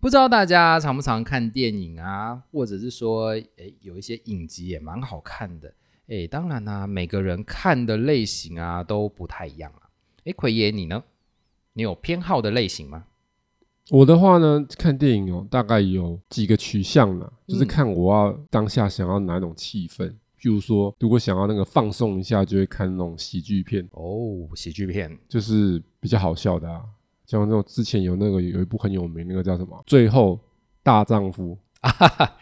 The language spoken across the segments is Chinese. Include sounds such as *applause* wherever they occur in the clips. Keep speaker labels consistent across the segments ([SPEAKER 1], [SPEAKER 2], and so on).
[SPEAKER 1] 不知道大家常不常看电影啊，或者是说，诶，有一些影集也蛮好看的。诶，当然啦、每个人看的类型啊都不太一样啊。诶，奎爷你呢？你有偏好的类型吗？
[SPEAKER 2] 我的话呢，看电影哦，大概有几个取向啦，就是
[SPEAKER 1] 嗯
[SPEAKER 2] 看我要当下想要哪种气氛。譬如说，如果想要那个放松一下，就会看那种喜剧片，
[SPEAKER 1] 哦，喜剧片，
[SPEAKER 2] 就是比较好笑的啊。像那种之前有那个有一部很有名，那个叫什么《最后大丈夫》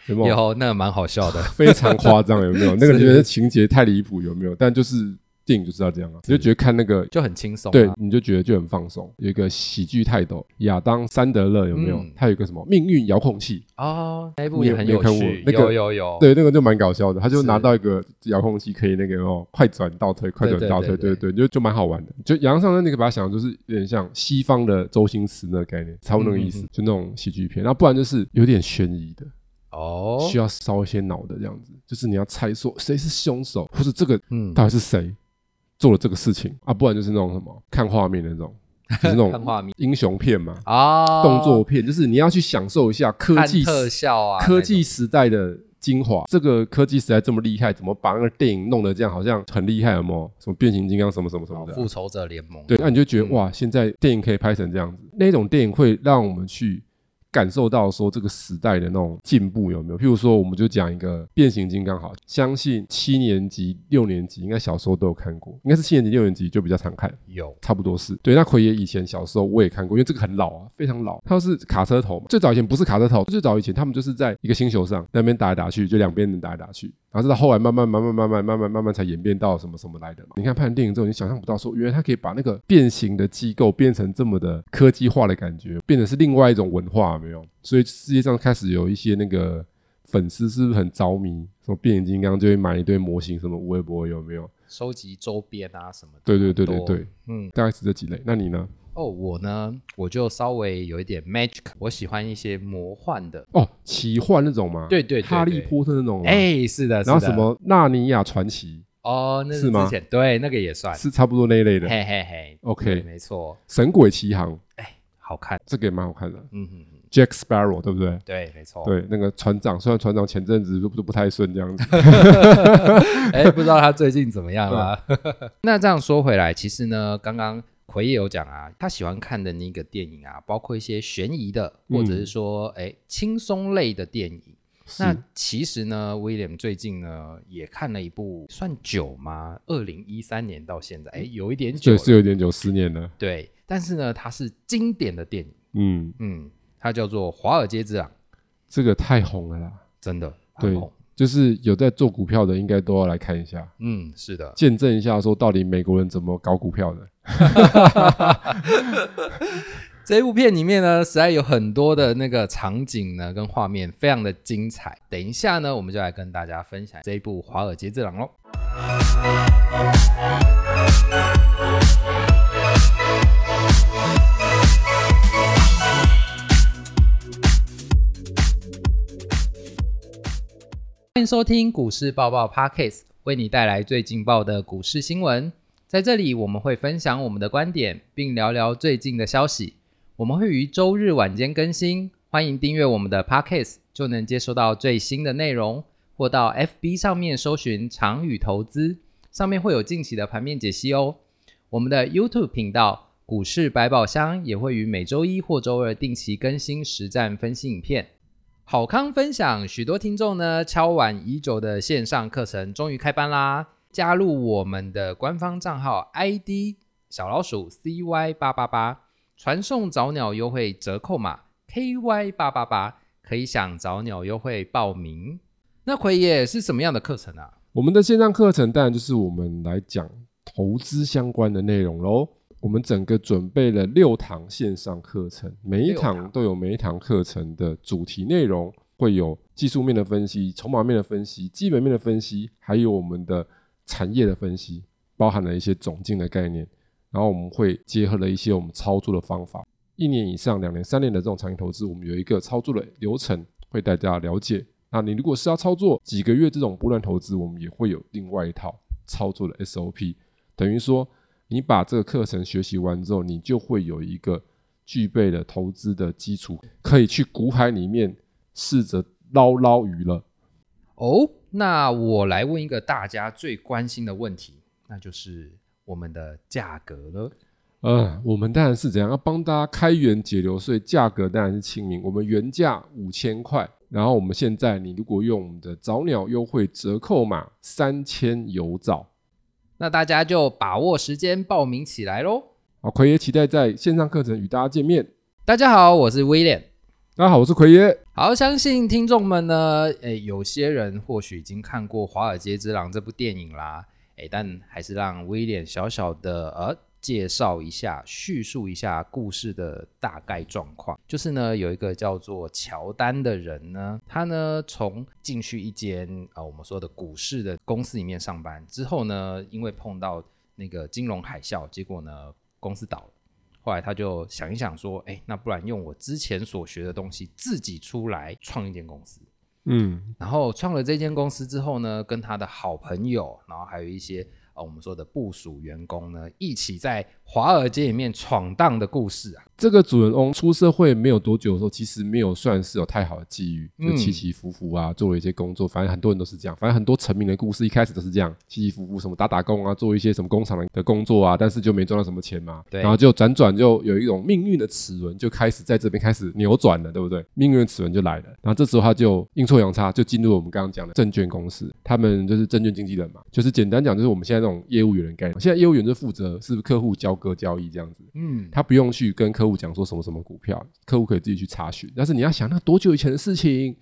[SPEAKER 2] 有没有？
[SPEAKER 1] 有那蛮好笑 *laughs* 的。
[SPEAKER 2] 非常夸张，有没有？那个
[SPEAKER 1] 是
[SPEAKER 2] 你觉得情节太离谱，有没有？但就是电影就是要这样啊，你就觉得看那个
[SPEAKER 1] 就很轻松、啊，
[SPEAKER 2] 对，你就觉得就很放松。有一个喜剧泰斗亚当·山德勒有没有？
[SPEAKER 1] 嗯
[SPEAKER 2] 他有一个什么命运遥控器？
[SPEAKER 1] 哦，那一部
[SPEAKER 2] 你
[SPEAKER 1] 也
[SPEAKER 2] 有
[SPEAKER 1] 很
[SPEAKER 2] 你有看过
[SPEAKER 1] 趣，
[SPEAKER 2] 那个
[SPEAKER 1] 有有有，
[SPEAKER 2] 对，那个就蛮搞笑的。他就是拿到一个遥控器，可以那个哦，快转倒推，快转
[SPEAKER 1] 对
[SPEAKER 2] 倒推，
[SPEAKER 1] 对
[SPEAKER 2] 对对，就就蛮好玩的。就杨尚恩，你可以把它想的就是有点像西方的周星驰那个概念，差不多那个意思，
[SPEAKER 1] 嗯嗯嗯
[SPEAKER 2] 就那种喜剧片。那不然就是有点悬疑的，
[SPEAKER 1] 哦，
[SPEAKER 2] 需要烧一些脑的这样子，就是你要猜说谁是凶手，或是这个
[SPEAKER 1] 嗯，
[SPEAKER 2] 到底是谁做了这个事情啊？不然就是那种什么看画面的那种，就是那
[SPEAKER 1] *laughs* 看
[SPEAKER 2] 种
[SPEAKER 1] 画面
[SPEAKER 2] 英雄片嘛，
[SPEAKER 1] 啊，
[SPEAKER 2] 动作片，就是你要去享受一下科
[SPEAKER 1] 看
[SPEAKER 2] 技
[SPEAKER 1] 特
[SPEAKER 2] 时
[SPEAKER 1] 效啊，
[SPEAKER 2] 科技
[SPEAKER 1] 那种
[SPEAKER 2] 时代的精华。这个科技时代这么厉害，怎么把那个电影弄得这样好像很厉害？有没有什么变形金刚什么什么什么
[SPEAKER 1] 哦
[SPEAKER 2] 的？
[SPEAKER 1] 复仇者联盟，
[SPEAKER 2] 对，那你就觉得
[SPEAKER 1] 嗯
[SPEAKER 2] 哇，现在电影可以拍成这样子，那种电影会让我们去感受到说这个时代的那种进步有没有？譬如说，我们就讲一个变形金刚好，相信七年级、六年级应该小时候都有看过，应该是七年级、六年级就比较常看。
[SPEAKER 1] 有
[SPEAKER 2] 差不多是对。那奎爷以前小时候我也看过，因为这个很老啊，非常老。他是卡车头嘛，最早以前不是卡车头，最早以前他们就是在一个星球上那边打来打去，就两边人打来打去，然后是到后来慢慢慢慢慢慢慢慢慢慢才演变到什么什么来的嘛。你看拍完电影之后，你想象不到说，原来他可以把那个变形的机构变成这么的科技化的感觉，变成是另外一种文化，有没有？所以世界上开始有一些那个。粉丝是不是很着迷？什么变形金刚就会买一堆模型，什么微博有没有？
[SPEAKER 1] 收集周边啊什么的，
[SPEAKER 2] 对对对对
[SPEAKER 1] 很多
[SPEAKER 2] 对，
[SPEAKER 1] 嗯，
[SPEAKER 2] 大概是这几类。那你呢？
[SPEAKER 1] 哦，我呢，我就稍微有一点 magic，我喜欢一些魔幻的，
[SPEAKER 2] 哦，奇幻那种吗？
[SPEAKER 1] 对对对
[SPEAKER 2] 哈利
[SPEAKER 1] 对
[SPEAKER 2] 波特那种吗。
[SPEAKER 1] 哎，是的，
[SPEAKER 2] 哦然后
[SPEAKER 1] 是的
[SPEAKER 2] 什么《纳尼亚传奇
[SPEAKER 1] 哦，那
[SPEAKER 2] 是吗
[SPEAKER 1] 之前对那个也算，
[SPEAKER 2] 是差不多那一类的，《
[SPEAKER 1] 嘿嘿嘿
[SPEAKER 2] OK
[SPEAKER 1] 对没错，
[SPEAKER 2] 神鬼奇航》
[SPEAKER 1] 好看，
[SPEAKER 2] 这个也蛮好看的
[SPEAKER 1] 嗯哼哼，
[SPEAKER 2] ，Jack Sparrow 对不对？
[SPEAKER 1] 对，没错，
[SPEAKER 2] 对，那个船长，虽然船长前阵子就不就不太顺这
[SPEAKER 1] *laughs*
[SPEAKER 2] 样子，
[SPEAKER 1] 哎，不知道他最近怎么样啦。 *laughs* 那这样说回来，其实呢，刚刚奎也有讲啊，他喜欢看的那个电影啊，包括一些悬疑的，或
[SPEAKER 2] 嗯
[SPEAKER 1] 者是说哎轻松类的电影。那
[SPEAKER 2] 是
[SPEAKER 1] 其实呢，William 最近呢也看了一部，算久吗？二零一三年到现在，哎，有一点久
[SPEAKER 2] 嗯对，
[SPEAKER 1] 了。
[SPEAKER 2] 是有点久，十年了，
[SPEAKER 1] 对，但是呢，它是经典的电影，
[SPEAKER 2] 嗯，
[SPEAKER 1] 嗯，它叫做《华尔街之狼》，
[SPEAKER 2] 这个太红了啦，
[SPEAKER 1] 真的很
[SPEAKER 2] 对
[SPEAKER 1] 红。
[SPEAKER 2] 就是有在做股票的，应该都要来看一下，
[SPEAKER 1] 嗯，是的，
[SPEAKER 2] 见证一下说到底美国人怎么搞股票的，
[SPEAKER 1] 这一部片里面呢，实在有很多的那个场景呢，跟画面非常的精彩。等一下呢，我们就来跟大家分享这一部《华尔街之狼》喽。欢迎收听股市爆爆 Podcast，为你带来最劲爆的股市新闻。在这里，我们会分享我们的观点，并聊聊最近的消息。我们会于周日晚间更新，欢迎订阅我们的 Podcast，就能接收到最新的内容。或到 FB 上面搜寻“长宇投资”，上面会有近期的盘面解析哦。我们的 YouTube 频道“股市百宝箱”也会于每周一或周二定期更新实战分析影片。好康分享，许多听众呢敲碗已久的线上课程终于开班啦！加入我们的官方账号 ID 小老鼠 CY 八八八，传送早鸟优惠折扣码 KY 八八八，可以享早鸟优惠报名。那奎爷是什么样的课程啊？
[SPEAKER 2] 我们的线上课程当然就是我们来讲投资相关的内容喽。我们整个准备了六堂线上课程，每一
[SPEAKER 1] 六
[SPEAKER 2] 堂
[SPEAKER 1] 堂
[SPEAKER 2] 都有每一堂课程的主题内容，会有技术面的分析、筹码面的分析、基本面的分析，还有我们的产业的分析，包含了一些总经的概念。然后我们会结合了一些我们操作的方法，一年以上、两年、三年的这种长期投资，我们有一个操作的流程，会带大家了解。那你如果是要操作几个月这种波段投资，我们也会有另外一套操作的 SOP，等于说你把这个课程学习完之后，你就会有一个具备了投资的基础，可以去股海里面试着捞捞鱼了。
[SPEAKER 1] 哦，那我来问一个大家最关心的问题，那就是我们的价格了。
[SPEAKER 2] 呃，我们当然是怎样要帮大家开源节流，所以价格当然是亲民。我们原价五千块，然后我们现在你如果用我们的早鸟优惠折扣码三千有找，
[SPEAKER 1] 那大家就把握时间报名起来喽。
[SPEAKER 2] 啊，奎爷期待在线上课程与大家见面。
[SPEAKER 1] 大家好，我是威廉。
[SPEAKER 2] 大家好，我是奎爷。
[SPEAKER 1] 好，相信听众们呢，诶，有些人或许已经看过《华尔街之狼》这部电影啦，诶，但还是让威廉小小的呃介绍一下，叙述一下故事的大概状况。就是呢，有一个叫做乔丹的人呢，他呢从进去一间啊、呃我们说的股市的公司里面上班之后呢，因为碰到那个金融海啸，结果呢公司倒了。后来他就想一想说，哎、那不然用我之前所学的东西自己出来创一间公司。
[SPEAKER 2] 嗯，
[SPEAKER 1] 然后创了这间公司之后呢，跟他的好朋友，然后还有一些呃我们说的部属员工呢，一起在华尔街里面闯荡的故事啊。
[SPEAKER 2] 这个主人翁出社会没有多久的时候，其实没有算是有太好的际遇，就
[SPEAKER 1] 嗯
[SPEAKER 2] 起起伏伏啊，做了一些工作，反正很多人都是这样，反正很多成名的故事一开始都是这样，起起伏伏，什么打打工啊，做一些什么工厂的工作啊，但是就没赚到什么钱嘛，
[SPEAKER 1] 对
[SPEAKER 2] 然后就辗转就有一种命运的齿轮就开始在这边开始扭转了，对不对？命运的齿轮就来了，然后这时候他就阴错阳差就进入我们刚刚讲的证券公司，他们就是证券经纪人嘛，就是简单讲就是我们现在这种业务员的概念，现在业务员就负责是客户交割交易这样子，
[SPEAKER 1] 嗯，
[SPEAKER 2] 他不用去跟客户讲说什么什么股票，客户可以自己去查询。但是你要想，那多久以前的事情？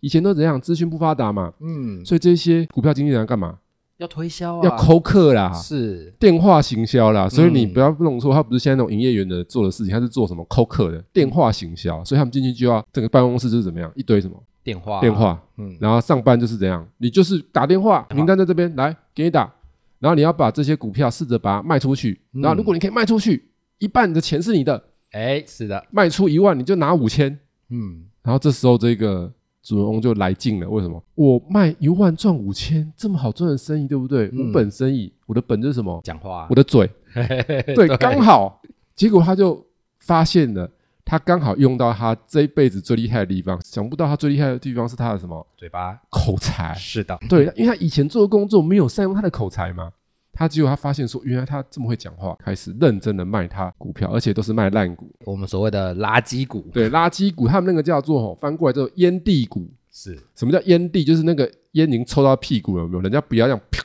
[SPEAKER 2] 以前都怎样？资讯不发达嘛，
[SPEAKER 1] 嗯，
[SPEAKER 2] 所以这些股票经纪人要干嘛？
[SPEAKER 1] 要推销啊，
[SPEAKER 2] 要抠客啦，
[SPEAKER 1] 是
[SPEAKER 2] 电话行销啦。所以你
[SPEAKER 1] 嗯
[SPEAKER 2] 不要弄错，他不是现在那种营业员的做的事情，他是做什么抠客
[SPEAKER 1] 嗯
[SPEAKER 2] 的电话行销。所以他们进去就要整个办公室就是怎么样，一堆什么
[SPEAKER 1] 电话、
[SPEAKER 2] 电，话，
[SPEAKER 1] 嗯，
[SPEAKER 2] 然后上班就是怎样，你就是打电话，名单在这边来给你打，然后你要把这些股票试着把它卖出去，
[SPEAKER 1] 嗯
[SPEAKER 2] 然后如果你可以卖出去，一半的钱是你的。
[SPEAKER 1] 哎、是的，
[SPEAKER 2] 卖出一万你就拿五千。
[SPEAKER 1] 嗯，
[SPEAKER 2] 然后这时候这个主人翁就来劲了，为什么？我卖一万赚五千，这么好赚的生意，对不对？
[SPEAKER 1] 嗯
[SPEAKER 2] 无本生意，我的本就是什么？
[SPEAKER 1] 讲话啊
[SPEAKER 2] 我，的嘴，对，
[SPEAKER 1] 对
[SPEAKER 2] 刚好。结果他就发现了，他刚好用到他这一辈子最厉害的地方。想不到他最厉害的地方是他的什么
[SPEAKER 1] *laughs* 嘴巴，啊
[SPEAKER 2] 口才？
[SPEAKER 1] 是的，
[SPEAKER 2] 对，因为他以前做的工作没有善用他的口才嘛。他只有他发现说，原来他这么会讲话，开始认真的卖他股票，而且都是卖烂股。
[SPEAKER 1] 我们所谓的垃圾股，
[SPEAKER 2] 对，垃圾股，他们那个叫做吼，翻过来叫做烟蒂股。
[SPEAKER 1] 是
[SPEAKER 2] 什么叫烟蒂？就是那个烟您抽到屁股有没有？人家不要这样啪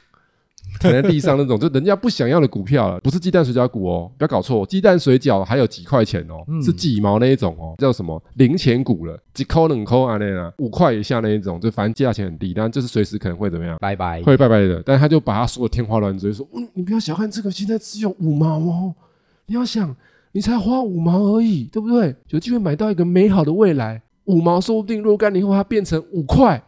[SPEAKER 2] 躺在地上那种，就人家不想要的股票了，不是鸡蛋水饺股哦，不要搞错哦，鸡蛋水饺还有几块钱哦，
[SPEAKER 1] 嗯
[SPEAKER 2] 是几毛那一种哦，叫什么零钱股了，几扣两扣啊那啦，五块以下那一种，就反正价钱很低，但就是随时可能会怎么样？
[SPEAKER 1] 拜拜，
[SPEAKER 2] 会拜拜的，但他就把他说的天花乱坠，说：“嗯，你不要小看这个，现在只有五毛哦，你要想，你才花五毛而已，对不对？有机会买到一个美好的未来，五毛说不定若干年后它变成五块，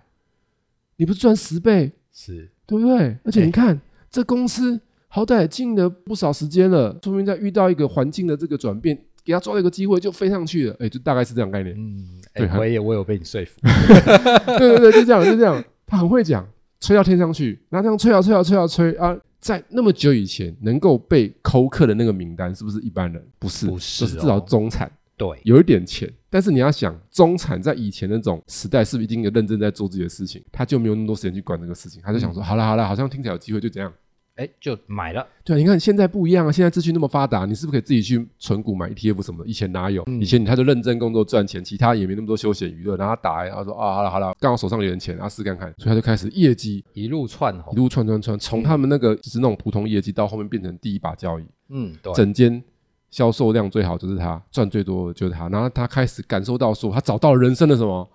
[SPEAKER 2] 你不是赚十倍，
[SPEAKER 1] 是
[SPEAKER 2] 对不对？而且
[SPEAKER 1] 对
[SPEAKER 2] 你看，这公司好歹也经营了不少时间了，说明在遇到一个环境的这个转变，给他抓到一个机会就飞上去了，哎，就大概是这样概念。
[SPEAKER 1] 嗯，哎、
[SPEAKER 2] 对还
[SPEAKER 1] 我也我有被你说服，
[SPEAKER 2] *laughs* 对对对，就这样，就这样。他很会讲，吹到天上去，然后这样吹啊吹啊吹啊吹啊，在那么久以前能够被扣客的那个名单，是不是一般人？不是，
[SPEAKER 1] 不是哦
[SPEAKER 2] 就是至少中产
[SPEAKER 1] 对，
[SPEAKER 2] 有一点钱。但是你要想，中产在以前那种时代，是不是一定有认真在做自己的事情？他就没有那么多时间去管这个事情，他就
[SPEAKER 1] 嗯
[SPEAKER 2] 想说，好了好了，好像听起来有机会，就这样。
[SPEAKER 1] 哎、就买了，
[SPEAKER 2] 对啊，你看现在不一样啊，现在资讯那么发达，你是不是可以自己去存股买 ETF 什么的？以前哪有？以前你他就认真工作赚钱，其他也没那么多休闲娱乐，然后他打来，然后说啊，好了好了，刚好手上有点钱，然后啊试看看，所以他就开始业绩
[SPEAKER 1] 一路窜
[SPEAKER 2] 一
[SPEAKER 1] 红，
[SPEAKER 2] 路窜窜窜，从他们那个就是那种普通业绩到后面变成第一把交椅，
[SPEAKER 1] 嗯，对，
[SPEAKER 2] 整间销售量最好就是他，赚最多的就是他，然后他开始感受到说他找到人生的什么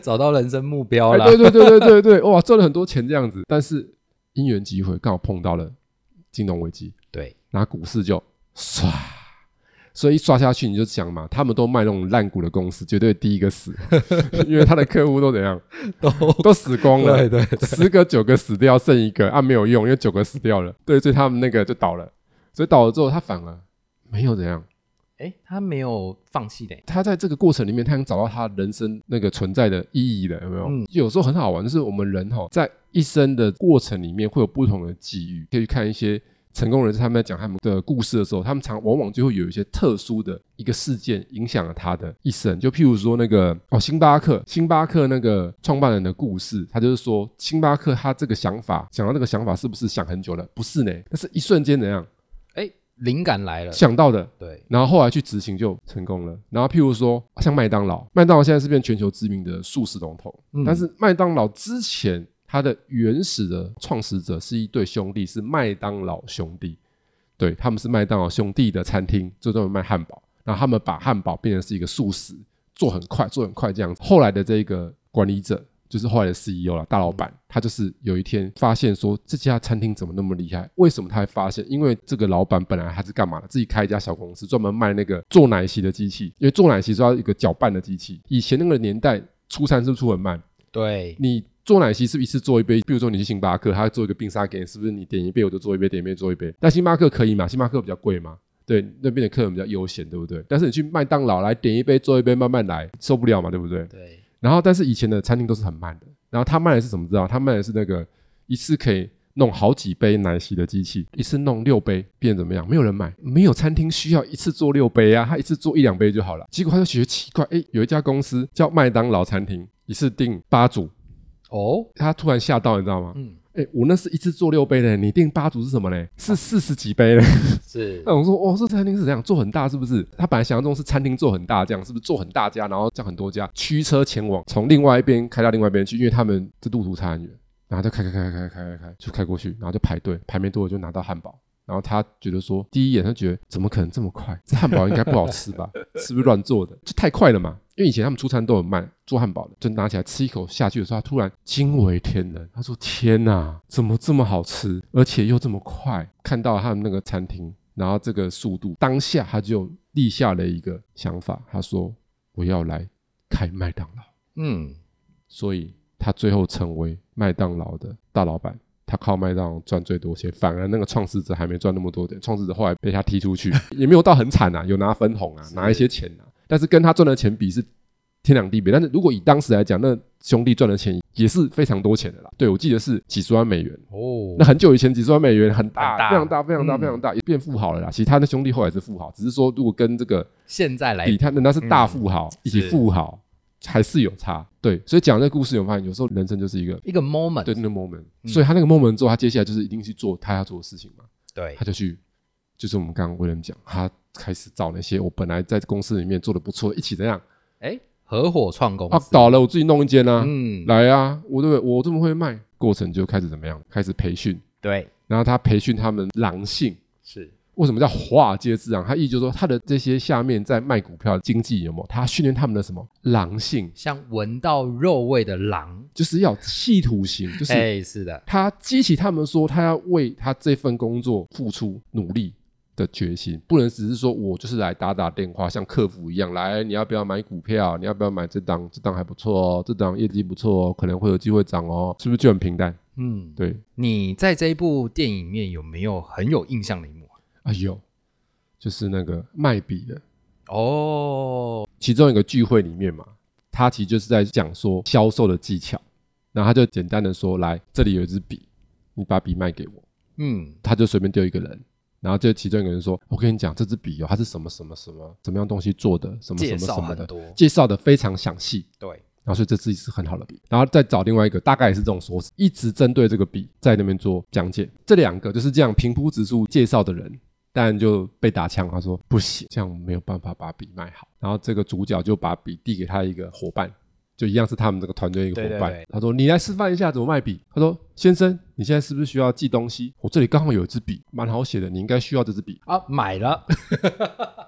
[SPEAKER 1] 找到人生目标
[SPEAKER 2] 哎
[SPEAKER 1] 了。
[SPEAKER 2] 对对对对对对，哇，赚了很多钱这样子，但是因缘机会刚好碰到了金融危机，
[SPEAKER 1] 对
[SPEAKER 2] 然后股市就唰，所以一刷下去你就想嘛，他们都卖那种烂股的公司，绝对第一个死， *laughs* 因为他的客户都怎样，
[SPEAKER 1] 都
[SPEAKER 2] 都死光了，哎
[SPEAKER 1] 对
[SPEAKER 2] 十个九个死掉，剩一个啊没有用，因为九个死掉了，对，所以他们那个就倒了，所以倒了之后他反而没有怎样，
[SPEAKER 1] 哎，他没有放弃的，
[SPEAKER 2] 他在这个过程里面，他能找到他人生那个存在的意义了，有没有？
[SPEAKER 1] 嗯
[SPEAKER 2] 有时候很好玩，就是我们人哈，在一生的过程里面会有不同的际遇，可以去看一些成功人士他们在讲他们的故事的时候，他们常往往就会有一些特殊的一个事件影响了他的一生。就譬如说那个哦，星巴克，星巴克那个创办人的故事，他就是说星巴克他这个想法，想到那个想法是不是想很久了？不是呢，那是一瞬间怎样
[SPEAKER 1] 哎，灵感来了，
[SPEAKER 2] 想到的。
[SPEAKER 1] 对，
[SPEAKER 2] 然后后来去执行就成功了。然后譬如说像麦当劳，麦当劳现在是变全球知名的素食龙头，
[SPEAKER 1] 嗯
[SPEAKER 2] 但是麦当劳之前它的原始的创始者是一对兄弟，是麦当劳兄弟，对，他们是麦当劳兄弟的餐厅，就专门卖汉堡。然后他们把汉堡变成是一个素食，做很快，做很快这样子。后来的这个管理者，就是后来的 CEO 了，大老板，他就是有一天发现说这家餐厅怎么那么厉害？为什么他还发现？因为这个老板本来他是干嘛的？自己开一家小公司，专门卖那个做奶昔的机器，因为做奶昔是要一个搅拌的机器。以前那个年代出餐是不是出很慢？
[SPEAKER 1] 对，
[SPEAKER 2] 你做奶昔是不是一次做一杯？比如说你去星巴克，他做一个冰沙给你，是不是你点一杯我就做一杯，点一杯做一杯？但星巴克可以嘛？星巴克比较贵嘛？对，那边的客人比较悠闲，对不对？但是你去麦当劳来点一杯做一杯，慢慢来，受不了嘛，对不对？
[SPEAKER 1] 对，
[SPEAKER 2] 然后，但是以前的餐厅都是很慢的。然后他卖的是怎么知道？他卖的是那个一次可以弄好几杯奶昔的机器，一次弄六杯，变怎么样？没有人买，没有餐厅需要一次做六杯啊，他一次做一两杯就好了。结果他就觉得奇怪，诶，有一家公司叫麦当劳餐厅，一次订八组，
[SPEAKER 1] 哦，
[SPEAKER 2] 他突然吓到，你知道吗？
[SPEAKER 1] 嗯，
[SPEAKER 2] 诶，我那是一次做六杯的，你订八组是什么嘞？是四十几杯嘞。 *laughs*
[SPEAKER 1] 是
[SPEAKER 2] 那我说，哦，这餐厅是怎样做很大，是不是？他本来想象中是餐厅做很大，这样是不是做很大家，然后叫很多家驱车前往，从另外一边开到另外一边去，因为他们这路途差很远，然后就开开开开开开开，就开过去，然后就排队，排没多久就拿到汉堡。然后他觉得说，第一眼他觉得怎么可能这么快？ *laughs* 这汉堡应该不好吃吧？是不是乱做的？就太快了嘛！因为以前他们出餐都很慢，做汉堡的就拿起来吃一口下去的时候，他突然惊为天人。他说：“天哪，怎么这么好吃，而且又这么快？”看到他们那个餐厅，然后这个速度，当下他就立下了一个想法，他说：“我要来开麦当劳。”
[SPEAKER 1] 嗯，
[SPEAKER 2] 所以他最后成为麦当劳的大老板。他靠麦当劳赚最多钱，反而那个创始者还没赚那么多钱。创始者后来被他踢出去，也没有到很惨啊，有拿分红啊，拿一些钱啊，但是跟他赚的钱比是天壤地别。但是如果以当时来讲，那兄弟赚的钱也是非常多钱的啦。对我记得是几十万美元，
[SPEAKER 1] 哦
[SPEAKER 2] 那，很久以前几十万美元很大，
[SPEAKER 1] 很大
[SPEAKER 2] 非常大，
[SPEAKER 1] 嗯
[SPEAKER 2] 非常大，非常大，也变富豪了啦。其实他的兄弟后来是富豪，只是说如果跟这个
[SPEAKER 1] 现在来嗯
[SPEAKER 2] 比他人家是大富豪，以及
[SPEAKER 1] 是
[SPEAKER 2] 富豪还是有差。对，所以讲这个故事，有没有发现有时候人生就是一个
[SPEAKER 1] 一个 moment，
[SPEAKER 2] 对那个 moment，、所以
[SPEAKER 1] 嗯
[SPEAKER 2] 他那个 moment 之后，他接下来就是一定去做他要做的事情嘛，
[SPEAKER 1] 对
[SPEAKER 2] 他就去，就是我们刚刚威廉讲，他开始找那些我本来在公司里面做的不错，一起怎样
[SPEAKER 1] 哎，合伙创公
[SPEAKER 2] 啊
[SPEAKER 1] 司，
[SPEAKER 2] 倒了，我自己弄一间啊，
[SPEAKER 1] 嗯，
[SPEAKER 2] 来啊，我对我这么会卖，过程就开始怎么样，开始培训，
[SPEAKER 1] 对，
[SPEAKER 2] 然后他培训他们狼性。
[SPEAKER 1] 是，
[SPEAKER 2] 为什么叫华尔街之狼？他意思就是说，他的这些下面在卖股票的经纪有没有？他训练他们的什么狼性？
[SPEAKER 1] 像闻到肉味的狼，
[SPEAKER 2] 就是要企图型，就是
[SPEAKER 1] 哎，是的，
[SPEAKER 2] 他激起他们说他要为他这份工作付出努力的决心，不能只是说我就是来打打电话，像客服一样，来你要不要买股票？你要不要买这档？这档还不错哦，这档业绩不错哦，可能会有机会涨哦，是不是就很平淡？
[SPEAKER 1] 嗯，
[SPEAKER 2] 对，
[SPEAKER 1] 你在这一部电影里面有没有很有印象的一幕啊？
[SPEAKER 2] 哎呦，就是那个卖笔的，
[SPEAKER 1] 哦，
[SPEAKER 2] 其中一个聚会里面嘛，他其实就是在讲说销售的技巧，然后他就简单的说，来这里有一支笔，你把笔卖给我。
[SPEAKER 1] 嗯，
[SPEAKER 2] 他就随便丢一个人，然后就其中一个人说：“我跟你讲，这支笔哦，它是什么什么什么什么样东西做的，什么什
[SPEAKER 1] 介
[SPEAKER 2] 么
[SPEAKER 1] 绍
[SPEAKER 2] 什么的
[SPEAKER 1] 很，多，
[SPEAKER 2] 介绍的非常详细。
[SPEAKER 1] 对，
[SPEAKER 2] 然后所以这支是很好的笔，然后再找另外一个，大概也是这种说辞，一直针对这个笔在那边做讲解。这两个就是这样平铺直述介绍的人，当然就被打枪。他说不行，这样我没有办法把笔卖好。然后这个主角就把笔递给他一个伙伴，就一样是他们这个团队一个伙伴。
[SPEAKER 1] 对对对
[SPEAKER 2] 他说你来示范一下怎么卖笔。他说先生，你现在是不是需要记东西？我这里刚好有一支笔，蛮好写的，你应该需要这支笔。
[SPEAKER 1] 啊，买了，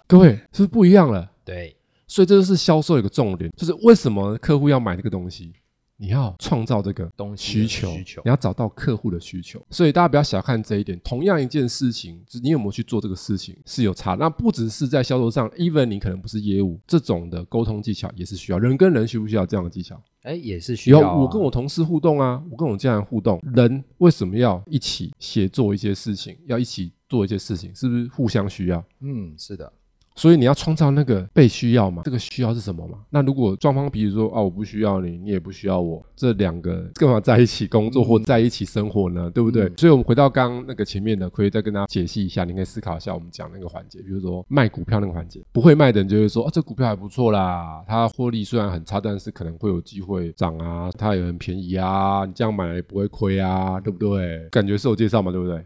[SPEAKER 2] 各位是不是不一样了？
[SPEAKER 1] 对，
[SPEAKER 2] 所以这就是销售有个重点，就是为什么客户要买这个东西，你要创造这个
[SPEAKER 1] 东西
[SPEAKER 2] 需
[SPEAKER 1] 的
[SPEAKER 2] 求，
[SPEAKER 1] 需求
[SPEAKER 2] 你要找到客户的需求。所以大家不要小看这一点，同样一件事情，就是你有没有去做这个事情是有差。那不只是在销售上，even 你可能不是业务，这种的沟通技巧也是需要。人跟人需不需要这样的技巧？
[SPEAKER 1] 哎，也是需
[SPEAKER 2] 有
[SPEAKER 1] 要啊。
[SPEAKER 2] 我跟我同事互动啊，我跟我家人互动，人为什么要一起协作一些事情，要一起做一些事情，是不是互相需要？
[SPEAKER 1] 嗯，是的，
[SPEAKER 2] 所以你要创造那个被需要嘛？这个需要是什么嘛？那如果双方比如说啊，我不需要你，你也不需要我，这两个 *laughs* 干嘛在一起工作或在一起生活呢？对不对？
[SPEAKER 1] 嗯
[SPEAKER 2] 所以我们回到刚刚那个前面的，可以再跟大家解析一下，你可以思考一下我们讲那个环节，比如说卖股票那个环节，不会卖的人就会说啊，这股票还不错啦，它获利虽然很差，但是可能会有机会涨啊，它也很便宜啊，你这样买了也不会亏啊，对不对？感觉是有介绍嘛，对不对？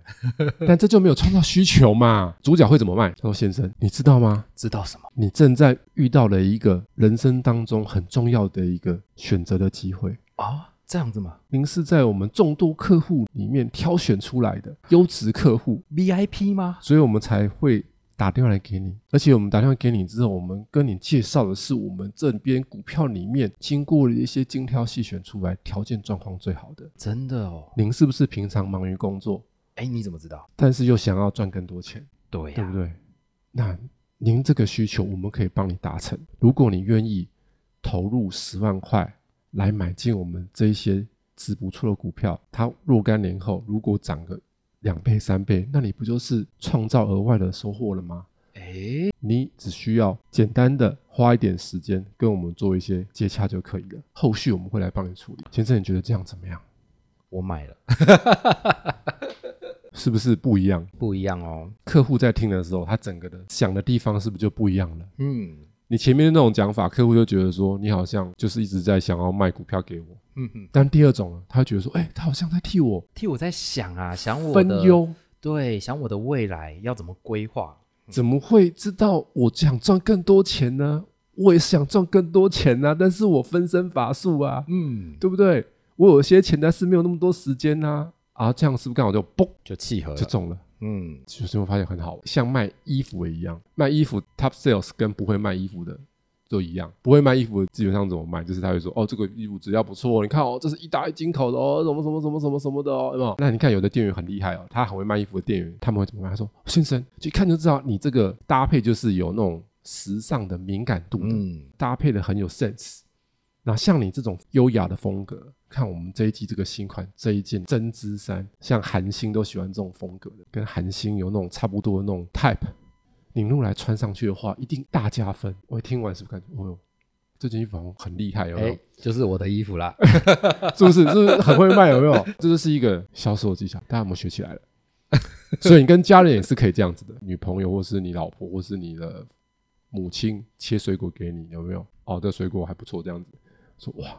[SPEAKER 2] 但这就没有创造需求嘛。主角会怎么卖？他说：“先生，你知道吗？
[SPEAKER 1] 知道什么？
[SPEAKER 2] 你正在遇到了一个人生当中很重要的一个选择的机会。
[SPEAKER 1] 哦，这样子吗
[SPEAKER 2] 您是在我们众多客户里面挑选出来的优质客户，
[SPEAKER 1] ？VIP 吗？
[SPEAKER 2] 所以我们才会打电话来给你。而且我们打电话给你之后，我们跟你介绍的是我们这边股票里面经过了一些精挑细选出来，条件状况最好的。
[SPEAKER 1] 真的哦，
[SPEAKER 2] 您是不是平常忙于工作，
[SPEAKER 1] 哎，你怎么知道？
[SPEAKER 2] 但是又想要赚更多钱？”
[SPEAKER 1] 对啊
[SPEAKER 2] 对
[SPEAKER 1] 呀、
[SPEAKER 2] 不对？那您这个需求，我们可以帮你达成。如果你愿意投入十万块来买进我们这一些值不错的股票，它若干年后如果涨个两倍、三倍，那你不就是创造额外的收获了吗？
[SPEAKER 1] 哎，
[SPEAKER 2] 你只需要简单的花一点时间跟我们做一些接洽就可以了。后续我们会来帮你处理。先生，你觉得这样怎么样？
[SPEAKER 1] 我买了，
[SPEAKER 2] 是不是不一样？
[SPEAKER 1] 不一样哦。
[SPEAKER 2] 客户在听的时候，他整个的想的地方是不是就不一样了？
[SPEAKER 1] 嗯
[SPEAKER 2] 你前面的那种讲法，客户就觉得说你好像就是一直在想要卖股票给我。
[SPEAKER 1] 嗯哼，
[SPEAKER 2] 但第二种呢，他会觉得说，哎、他好像在替我
[SPEAKER 1] 替我在想啊，想我
[SPEAKER 2] 分
[SPEAKER 1] 的
[SPEAKER 2] 忧，
[SPEAKER 1] 对，想我的未来要怎么规划。
[SPEAKER 2] 怎么会知道我想赚更多钱呢？我也想赚更多钱呐、但是我分身乏术啊，
[SPEAKER 1] 嗯，
[SPEAKER 2] 对不对？我有些钱，但是没有那么多时间呐、啊。这样是不是刚好就嘣
[SPEAKER 1] 就契合
[SPEAKER 2] 就
[SPEAKER 1] 了。
[SPEAKER 2] 中了？
[SPEAKER 1] 嗯，
[SPEAKER 2] 就是我发现很好，像卖衣服也一样，卖衣服 top sales 跟不会卖衣服的都一样，不会卖衣服的基本上怎么卖，就是他会说哦，这个衣服质量不错，你看哦，这是一打一进口的哦，什么什么什么什么什么的哦，有没有？那你看有的店员很厉害哦，他很会卖衣服的店员，他们会怎么卖？他说先生，就一看就知道你这个搭配就是有那种时尚的敏感度的，
[SPEAKER 1] 嗯，
[SPEAKER 2] 搭配的很有 sense。那像你这种优雅的风格，看我们这一季这个新款这一件针织衫，像韩星都喜欢这种风格的，跟韩星有那种差不多的那种 type，你用来穿上去的话，一定大加分。我听完是不是感觉，哦哟，这件衣服好像很厉害，有没有
[SPEAKER 1] 哎？，就是我的衣服啦。
[SPEAKER 2] *laughs* 是不是？是不是很会卖？有没有？这就是一个销售技巧，大家有没有学起来了？ *laughs* 所以你跟家人也是可以这样子的，女朋友或是你老婆或是你的母亲切水果给你，有没有？哦，这水果还不错，这样子说哇，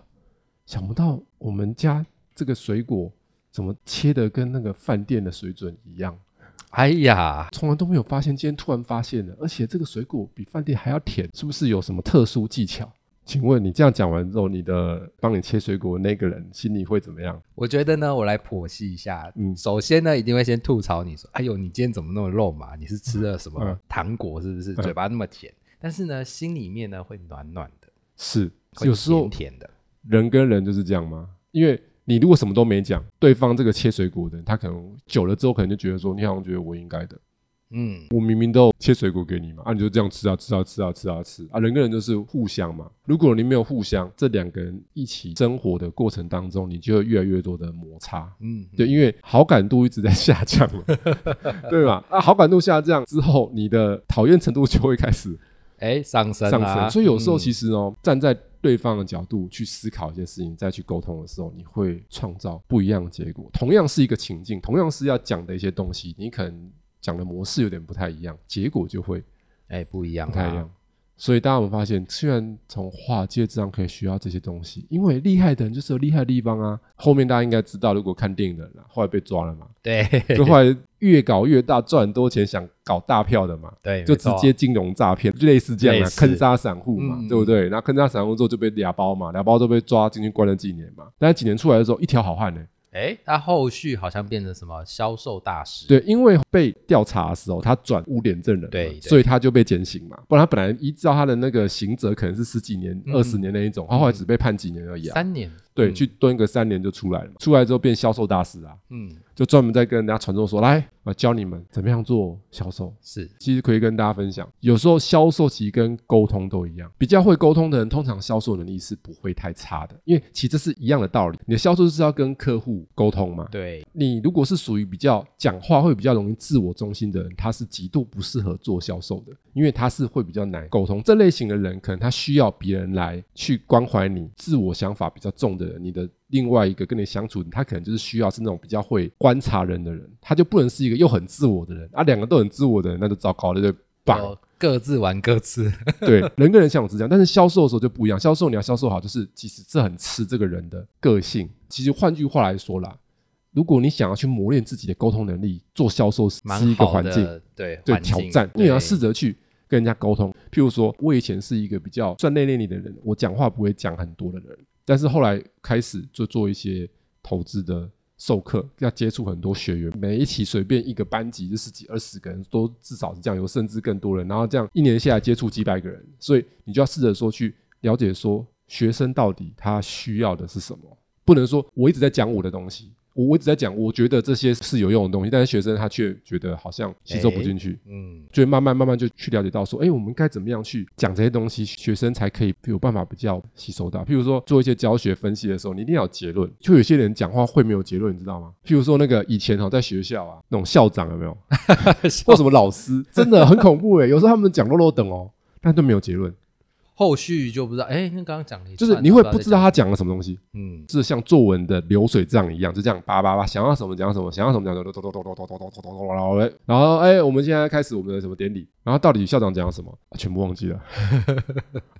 [SPEAKER 2] 想不到我们家这个水果怎么切的跟那个饭店的水准一样，
[SPEAKER 1] *laughs* 哎呀，
[SPEAKER 2] 从来都没有发现，今天突然发现了，而且这个水果比饭店还要甜，是不是有什么特殊技巧？请问你这样讲完之后，你的帮你切水果的那个人心里会怎么样？
[SPEAKER 1] 我觉得呢，我来剖析一下。
[SPEAKER 2] 嗯
[SPEAKER 1] 首先呢，一定会先吐槽你说：“哎呦，你今天怎么那么肉麻？你是吃了什么
[SPEAKER 2] 嗯
[SPEAKER 1] 糖果是不是？嘴巴那么甜？”但是呢，心里面呢会暖暖的，
[SPEAKER 2] 是，
[SPEAKER 1] 会
[SPEAKER 2] 有时候
[SPEAKER 1] 甜甜的。
[SPEAKER 2] 人跟人就是这样吗？因为你如果什么都没讲，对方这个切水果的人，他可能久了之后，可能就觉得说，你好像觉得我应该的，
[SPEAKER 1] 嗯，
[SPEAKER 2] 我明明都有切水果给你嘛，啊，你就这样吃啊吃啊吃啊吃啊吃啊，人跟人就是互相嘛。如果你没有互相，这两个人一起生活的过程当中，你就会越来越多的摩擦。
[SPEAKER 1] 嗯，
[SPEAKER 2] 对，因为好感度一直在下降嘛， *laughs* 对吧？啊，好感度下降之后，你的讨厌程度就会开始
[SPEAKER 1] 哎，上升
[SPEAKER 2] 上
[SPEAKER 1] 啊
[SPEAKER 2] 升。所以有时候其
[SPEAKER 1] 实
[SPEAKER 2] 实哦，站在对方的角度去思考一些事情，再去沟通的时候，你会创造不一样的结果。同样是一个情境，同样是要讲的一些东西，你可能讲的模式有点不太一样，结果就会
[SPEAKER 1] 哎不一样，
[SPEAKER 2] 不太一样。。所以大家有没有发现，虽然从画界这上可以学到这些东西，因为厉害的人就是有厉害的地方啊。后面大家应该知道，如果看电影的人、啊、后来被抓了嘛，
[SPEAKER 1] 对 *laughs*
[SPEAKER 2] 就后来越搞越大，赚很多钱，想搞大票的嘛，
[SPEAKER 1] 对，
[SPEAKER 2] 就
[SPEAKER 1] 没
[SPEAKER 2] 直
[SPEAKER 1] 错
[SPEAKER 2] 接金融诈骗，类似这样
[SPEAKER 1] 类
[SPEAKER 2] 啊，
[SPEAKER 1] 似
[SPEAKER 2] 坑杀散户嘛，
[SPEAKER 1] 嗯
[SPEAKER 2] 对不对？然后坑杀散户之后就被俩包嘛，俩包都被抓进去关了几年嘛。但是几年出来的时候，一条好汉呢、欸
[SPEAKER 1] 哎，他后续好像变成什么销售大师？
[SPEAKER 2] 对，因为被调查的时候，他转污点证人嘛，
[SPEAKER 1] 对对
[SPEAKER 2] 所以他就被减刑嘛。不然他本来依照他的那个刑责，可能是十几年、
[SPEAKER 1] 嗯
[SPEAKER 2] 二十、年那一种，他后来只被判几年而已啊。
[SPEAKER 1] 三年
[SPEAKER 2] 对，
[SPEAKER 1] 嗯
[SPEAKER 2] 去蹲个三年就出来了嘛，出来之后变销售大师啊，
[SPEAKER 1] 嗯，
[SPEAKER 2] 就专门在跟人家传授说，来，我教你们怎么样做销售。
[SPEAKER 1] 是，
[SPEAKER 2] 其实可以跟大家分享，有时候销售其实跟沟通都一样，比较会沟通的人，通常销售能力是不会太差的，因为其实这是一样的道理。你的销售就是要跟客户沟通嘛。
[SPEAKER 1] 对，
[SPEAKER 2] 你如果是属于比较讲话会比较容易自我中心的人，他是极度不适合做销售的，因为他是会比较难沟通。这类型的人，可能他需要别人来去关怀你，自我想法比较重的人，你的另外一个跟你相处，他可能就是需要是那种比较会观察人的人，他就不能是一个又很自我的人啊，两个都很自我的人，那就糟糕了，就棒。
[SPEAKER 1] 就各自玩各自，
[SPEAKER 2] 对，人跟人相处是这样，但是销售的时候就不一样。销售你要销售好，就是其实这很吃这个人的个性。其实换句话来说啦，如果你想要去磨练自己的沟通能力，做销售是
[SPEAKER 1] 蛮
[SPEAKER 2] 一个
[SPEAKER 1] 好
[SPEAKER 2] 环境，
[SPEAKER 1] 的，对，
[SPEAKER 2] 对
[SPEAKER 1] 环
[SPEAKER 2] 挑
[SPEAKER 1] 境
[SPEAKER 2] 战，你也要试
[SPEAKER 1] 对
[SPEAKER 2] 着去跟人家沟通。譬如说，我以前是一个比较算内敛力的人，我讲话不会讲很多的人，但是后来开始就做一些投资的授课，要接触很多学员，每一期随便一个班级就十几二十个人，都至少是这样，有甚至更多人，然后这样一年下来接触几百个人，所以你就要试着说去了解说学生到底他需要的是什么。不能说我一直在讲我的东西，我我一直在讲，我觉得这些是有用的东西，但是学生他却觉得好像吸收不进去，
[SPEAKER 1] 嗯，
[SPEAKER 2] 就慢慢慢慢就去了解到说，哎，我们该怎么样去讲这些东西，学生才可以有办法比较吸收到。譬如说做一些教学分析的时候，你一定要有结论。就有些人讲话会没有结论，你知道吗？譬如说那个以前哦，在学校啊，那种 *laughs* 校长有没有，或什么老师，真的很恐怖哎、有时候他们讲漏漏等哦，但都没有结论，
[SPEAKER 1] 后续就不知道，哎，那刚刚讲了一
[SPEAKER 2] 就
[SPEAKER 1] 串，
[SPEAKER 2] 是你会
[SPEAKER 1] 不
[SPEAKER 2] 不知道
[SPEAKER 1] 在
[SPEAKER 2] 他讲了什么东西。
[SPEAKER 1] 讲，嗯，
[SPEAKER 2] 是像作文的流水账一样，就这样叭叭叭，想要什么讲什么，想要什么讲什么，咚咚咚咚咚咚咚咚咚，然后哎，然后哎，我们现在开始我们的什么典礼，然后到底校长讲了什么，啊全部忘记了。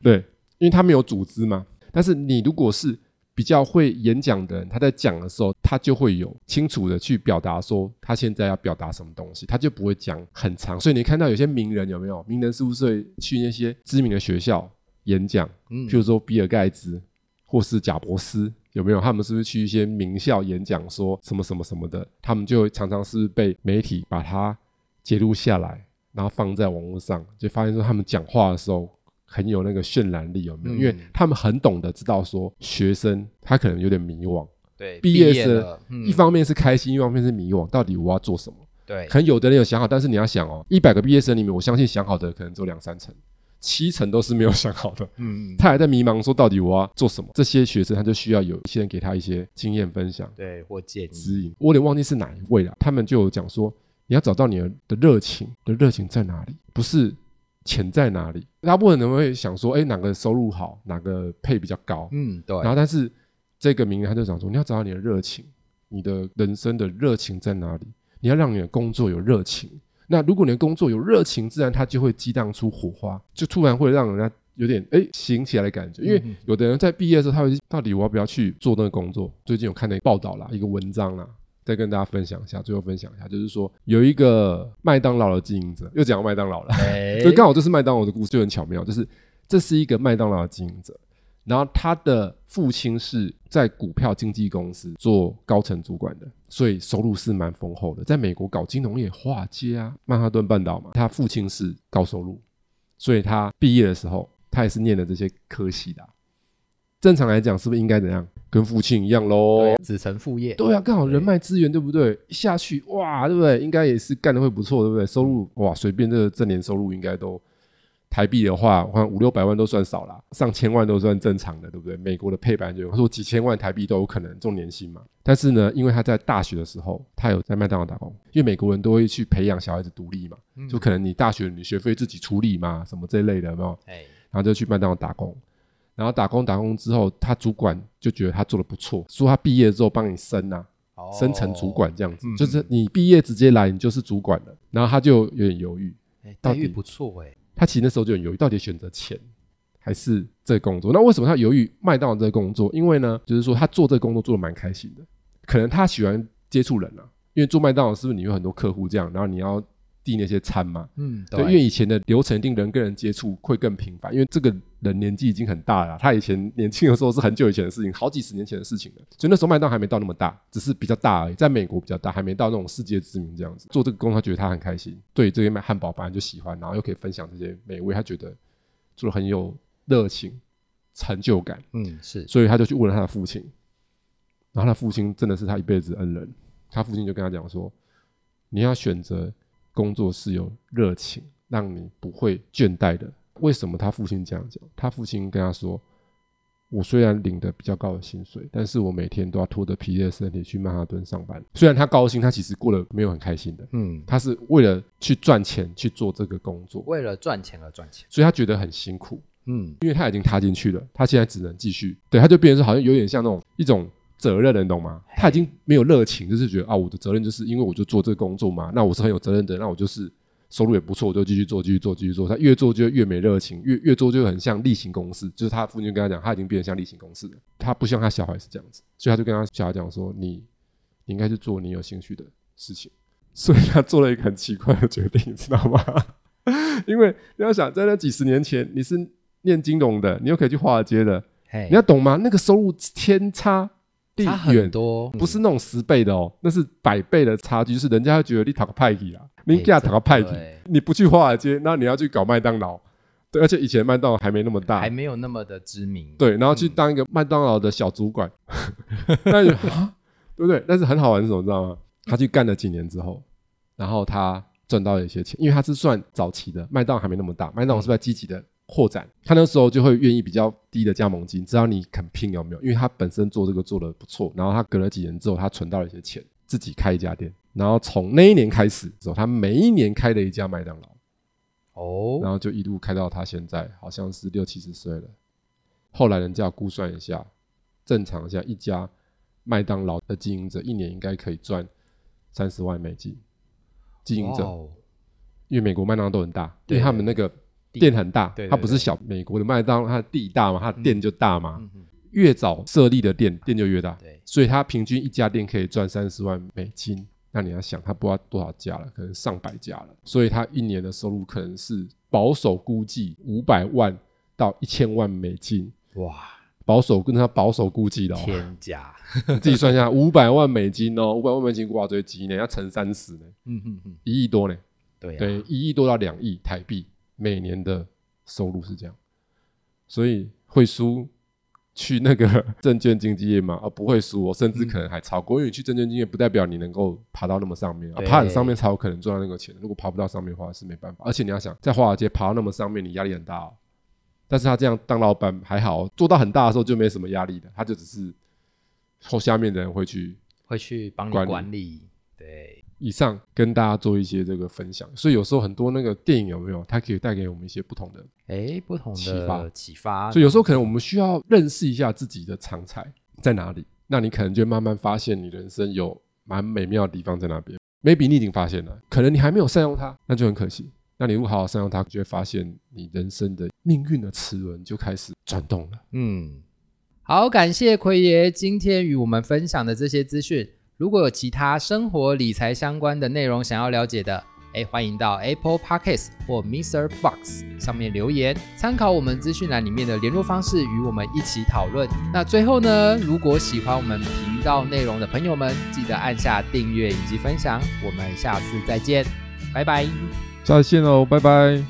[SPEAKER 2] 对，因为他没有组织嘛。但是你如果是比较会演讲的人，他在讲的时候，他就会有清楚的去表达说他现在要表达什么东西，他就不会讲很长。所以你看到有些名人有没有？名人是不是会去那些知名的学校演讲？
[SPEAKER 1] 嗯
[SPEAKER 2] 譬如说比尔盖茨或是贾伯斯，有没有？他们是不是去一些名校演讲，说什么什么什么的？他们就常常是被媒体把它截录下来，然后放在网络上，就发现说他们讲话的时候很有那个渲染力，有没有？
[SPEAKER 1] 嗯
[SPEAKER 2] 因为他们很懂得知道说学生他可能有点迷惘，
[SPEAKER 1] 对，
[SPEAKER 2] 毕
[SPEAKER 1] 业
[SPEAKER 2] 业生
[SPEAKER 1] 了嗯
[SPEAKER 2] 一方面是开心，一方面是迷惘，到底我要做什么？
[SPEAKER 1] 对，
[SPEAKER 2] 可能有的人有想好，但是你要想哦，一百个毕业生里面，我相信想好的可能只有两三成，七成都是没有想好的。
[SPEAKER 1] 嗯，
[SPEAKER 2] 他还在迷茫，说到底我要做什么？这些学生他就需要有一些人给他一些经验分享、
[SPEAKER 1] 对，我建议，
[SPEAKER 2] 指引。我有点忘记是哪一位了，他们就有讲说，你要找到你的热情，你的热情在哪里，不是钱在哪里。大部分人会想说，哎，哪个收入好，哪个配比较高，
[SPEAKER 1] 嗯，对，
[SPEAKER 2] 然后但是这个名人他就讲说，你要找到你的热情，你的人生的热情在哪里？你要让你的工作有热情。那如果你的工作有热情，自然它就会激荡出火花，就突然会让人家有点哎醒起来的感觉。因为
[SPEAKER 1] 嗯
[SPEAKER 2] 有的人在毕业的时候，他会到底我要不要去做那个工作？最近有看到一个报道啦，一个文章啦。再跟大家分享一下，最后分享一下，就是说有一个麦当劳的经营者，又讲到麦当劳了，
[SPEAKER 1] 哎，
[SPEAKER 2] 所以刚好就是麦当劳的故事就很巧妙，就是这是一个麦当劳的经营者，然后他的父亲是在股票经纪公司做高层主管的，所以收入是蛮丰厚的。在美国搞金融业化街啊，曼哈顿半岛嘛，他父亲是高收入，所以他毕业的时候，他也是念的这些科系的啊、正常来讲，是不是应该怎样？跟父亲一样喽
[SPEAKER 1] 对，子承父业，
[SPEAKER 2] 对啊，刚好
[SPEAKER 1] 对
[SPEAKER 2] 人脉资源，对不对？一下去哇，对不对？应该也是干的会不错，对不对？收入哇，随便这个正年收入应该都台币的话，我看五六百万都算少啦，上千万都算正常的，对不对？美国的配版就有说几千万台币都有可能这种年薪嘛。但是呢，因为他在大学的时候，他有在麦当劳打工，因为美国人都会去培养小孩子独立嘛，
[SPEAKER 1] 嗯
[SPEAKER 2] 就可能你大学你学费自己处理嘛，什么这一类的，有没有？
[SPEAKER 1] 哎，
[SPEAKER 2] 然后就去麦当劳打工。然后打工打工之后，他主管就觉得他做的不错，说他毕业之后帮你升啊，
[SPEAKER 1] 哦
[SPEAKER 2] 升成主，管这样子
[SPEAKER 1] 嗯，
[SPEAKER 2] 就是你毕业直接来，你就是主管了。然后他就有点犹豫，
[SPEAKER 1] 哎，
[SPEAKER 2] 到
[SPEAKER 1] 待遇
[SPEAKER 2] 底
[SPEAKER 1] 不错哎，
[SPEAKER 2] 他其实那时候就很犹豫，到底选择钱还是这个工作？那为什么他犹豫麦当劳这个工作？因为呢，就是说他做这个工作做的蛮开心的，可能他喜欢接触人啊，因为做麦当劳是不是你有很多客户这样，然后你要递那些餐嘛，
[SPEAKER 1] 嗯，
[SPEAKER 2] 对，因为以前的流程一定人跟人接触会更频繁，因为这个人年纪已经很大了，他以前年轻的时候是很久以前的事情，好几十年前的事情了，所以那时候麦当劳还没到那么大，只是比较大而已，在美国比较大，还没到那种世界知名这样子。做这个工作，他觉得他很开心，对这些麦汉堡本来就喜欢，然后又可以分享这些美味，他觉得做的很有热情、成就感，
[SPEAKER 1] 嗯，是
[SPEAKER 2] 所以他就去问了他的父亲，然后他父亲真的是他一辈子恩人，他父亲就跟他讲说，你要选择工作是有热情，让你不会倦怠的。为什么他父亲这样讲？他父亲跟他说，我虽然领的比较高的薪水，但是我每天都要拖着疲累的身体去曼哈顿上班。虽然他高薪，他其实过得没有很开心的，
[SPEAKER 1] 嗯，
[SPEAKER 2] 他是为了去赚钱去做这个工作，
[SPEAKER 1] 为了赚钱而赚钱，
[SPEAKER 2] 所以他觉得很辛苦。
[SPEAKER 1] 嗯，
[SPEAKER 2] 因为他已经踏进去了，他现在只能继续。对，他就变成是好像有点像那种一种责任了，你懂吗？他已经没有热情，就是觉得啊，我的责任就是因为我就做这个工作嘛，那我是很有责任的，那我就是收入也不错，我就继续做，继续做，继续做。他越做就越没热情，越越做就很像例行公事。就是他父亲跟他讲，他已经变得像例行公事了。他不希望他小孩是这样子，所以他就跟他小孩讲说：“你你应该去做你有兴趣的事情。”所以他做了一个很奇怪的决定，你知道吗？ *laughs* 因为你要想，在那几十年前，你是念金融的，你又可以去华尔街的，
[SPEAKER 1] 嘿
[SPEAKER 2] 你要懂吗？那个收入天差地
[SPEAKER 1] 差很
[SPEAKER 2] 远，
[SPEAKER 1] 多，
[SPEAKER 2] 不是那种十倍的哦，那是百倍的差距，就是人家会觉得你讨个派系啊，你给他讨个派系
[SPEAKER 1] 真的欸，
[SPEAKER 2] 你不去华尔街，那你要去搞麦当劳，对，而且以前麦当劳还没那么大
[SPEAKER 1] 还，没有那么的知名，
[SPEAKER 2] 对，然后去当一个麦当劳的小主管， *laughs* 但是啊 *laughs* 对不对？但是很好玩，是什么你知道吗？他去干了几年之后，然后他赚到了一些钱，因为他是算早期的，麦当劳还没那么大，麦当劳是在积极的扩展，他那时候就会愿意比较低的加盟金，只要你肯拼，有没有？因为他本身做这个做的不错，然后他隔了几年之后，他存到了一些钱，自己开一家店，然后从那一年开始之后，他每一年开了一家麦当劳。
[SPEAKER 1] 哦，
[SPEAKER 2] 然后就一路开到他现在好像是六七十岁了。后来人家有估算一下，正常一下一家麦当劳的经营者一年应该可以赚三十万美金。经营
[SPEAKER 1] 哇
[SPEAKER 2] 者，
[SPEAKER 1] 哦
[SPEAKER 2] 因为美国麦当劳都很大，因
[SPEAKER 1] 对
[SPEAKER 2] 为他们那个店很大
[SPEAKER 1] 对对，
[SPEAKER 2] 它不是小美国的麦当劳，它的地大嘛，它的店就大嘛。
[SPEAKER 1] 嗯嗯，
[SPEAKER 2] 越早设立的店，店就越大，
[SPEAKER 1] 对，
[SPEAKER 2] 所以它平均一家店可以赚三十万美金。那你要想，它不知道多少家了，可能上百家了，所以它一年的收入可能是保守估计五百万到一千万美金。
[SPEAKER 1] 哇，
[SPEAKER 2] 保守跟他保守估计的、哦，
[SPEAKER 1] 天价，
[SPEAKER 2] 你 *laughs* 自己算一下，五百万美金哦，五百万美金挂最几呢？要乘三十呢，
[SPEAKER 1] 嗯嗯嗯，
[SPEAKER 2] 一亿多呢，
[SPEAKER 1] 对
[SPEAKER 2] 对
[SPEAKER 1] 啊，，
[SPEAKER 2] 一亿多到两亿台币每年的收入是这样，所以会输去那个 *laughs* 证券经纪业嘛？啊， *laughs* 不会输、哦，甚至可能还超过，因为你去证券经纪业不代表你能够爬到那么上面啊，
[SPEAKER 1] 对
[SPEAKER 2] 爬很上面才有可能赚到那个钱，如果爬不到上面的话是没办法。而且你要想，在华尔街爬到那么上面，你压力很大哦。但是他这样当老板还好哦，做到很大的时候就没什么压力的，他就只是后下面的人会去
[SPEAKER 1] 会去帮你
[SPEAKER 2] 管理
[SPEAKER 1] 管理，对，
[SPEAKER 2] 以上跟大家做一些这个分享，所以有时候很多那个电影有没有，它可以带给我们一些不同的，
[SPEAKER 1] 哎，不同
[SPEAKER 2] 启
[SPEAKER 1] 的
[SPEAKER 2] 发
[SPEAKER 1] 启发，
[SPEAKER 2] 所以有时候可能我们需要认识一下自己的长才在哪里，那你可能就慢慢发现你人生有蛮美妙的地方在那边。maybe 你已经发现了，可能你还没有善用它，那就很可惜。那你如果好好善用它，就会发现你人生的命运的齿轮就开始转动了。
[SPEAKER 1] 嗯，好，感谢奎爷今天与我们分享的这些资讯。如果有其他生活理财相关的内容想要了解的，哎，欢迎到 Apple Podcasts 或 Mr. Box 上面留言，参考我们资讯栏里面的联络方式，与我们一起讨论。那最后呢，如果喜欢我们频道内容的朋友们，记得按下订阅以及分享。我们下次再见，拜拜。
[SPEAKER 2] 下次见喽，拜拜。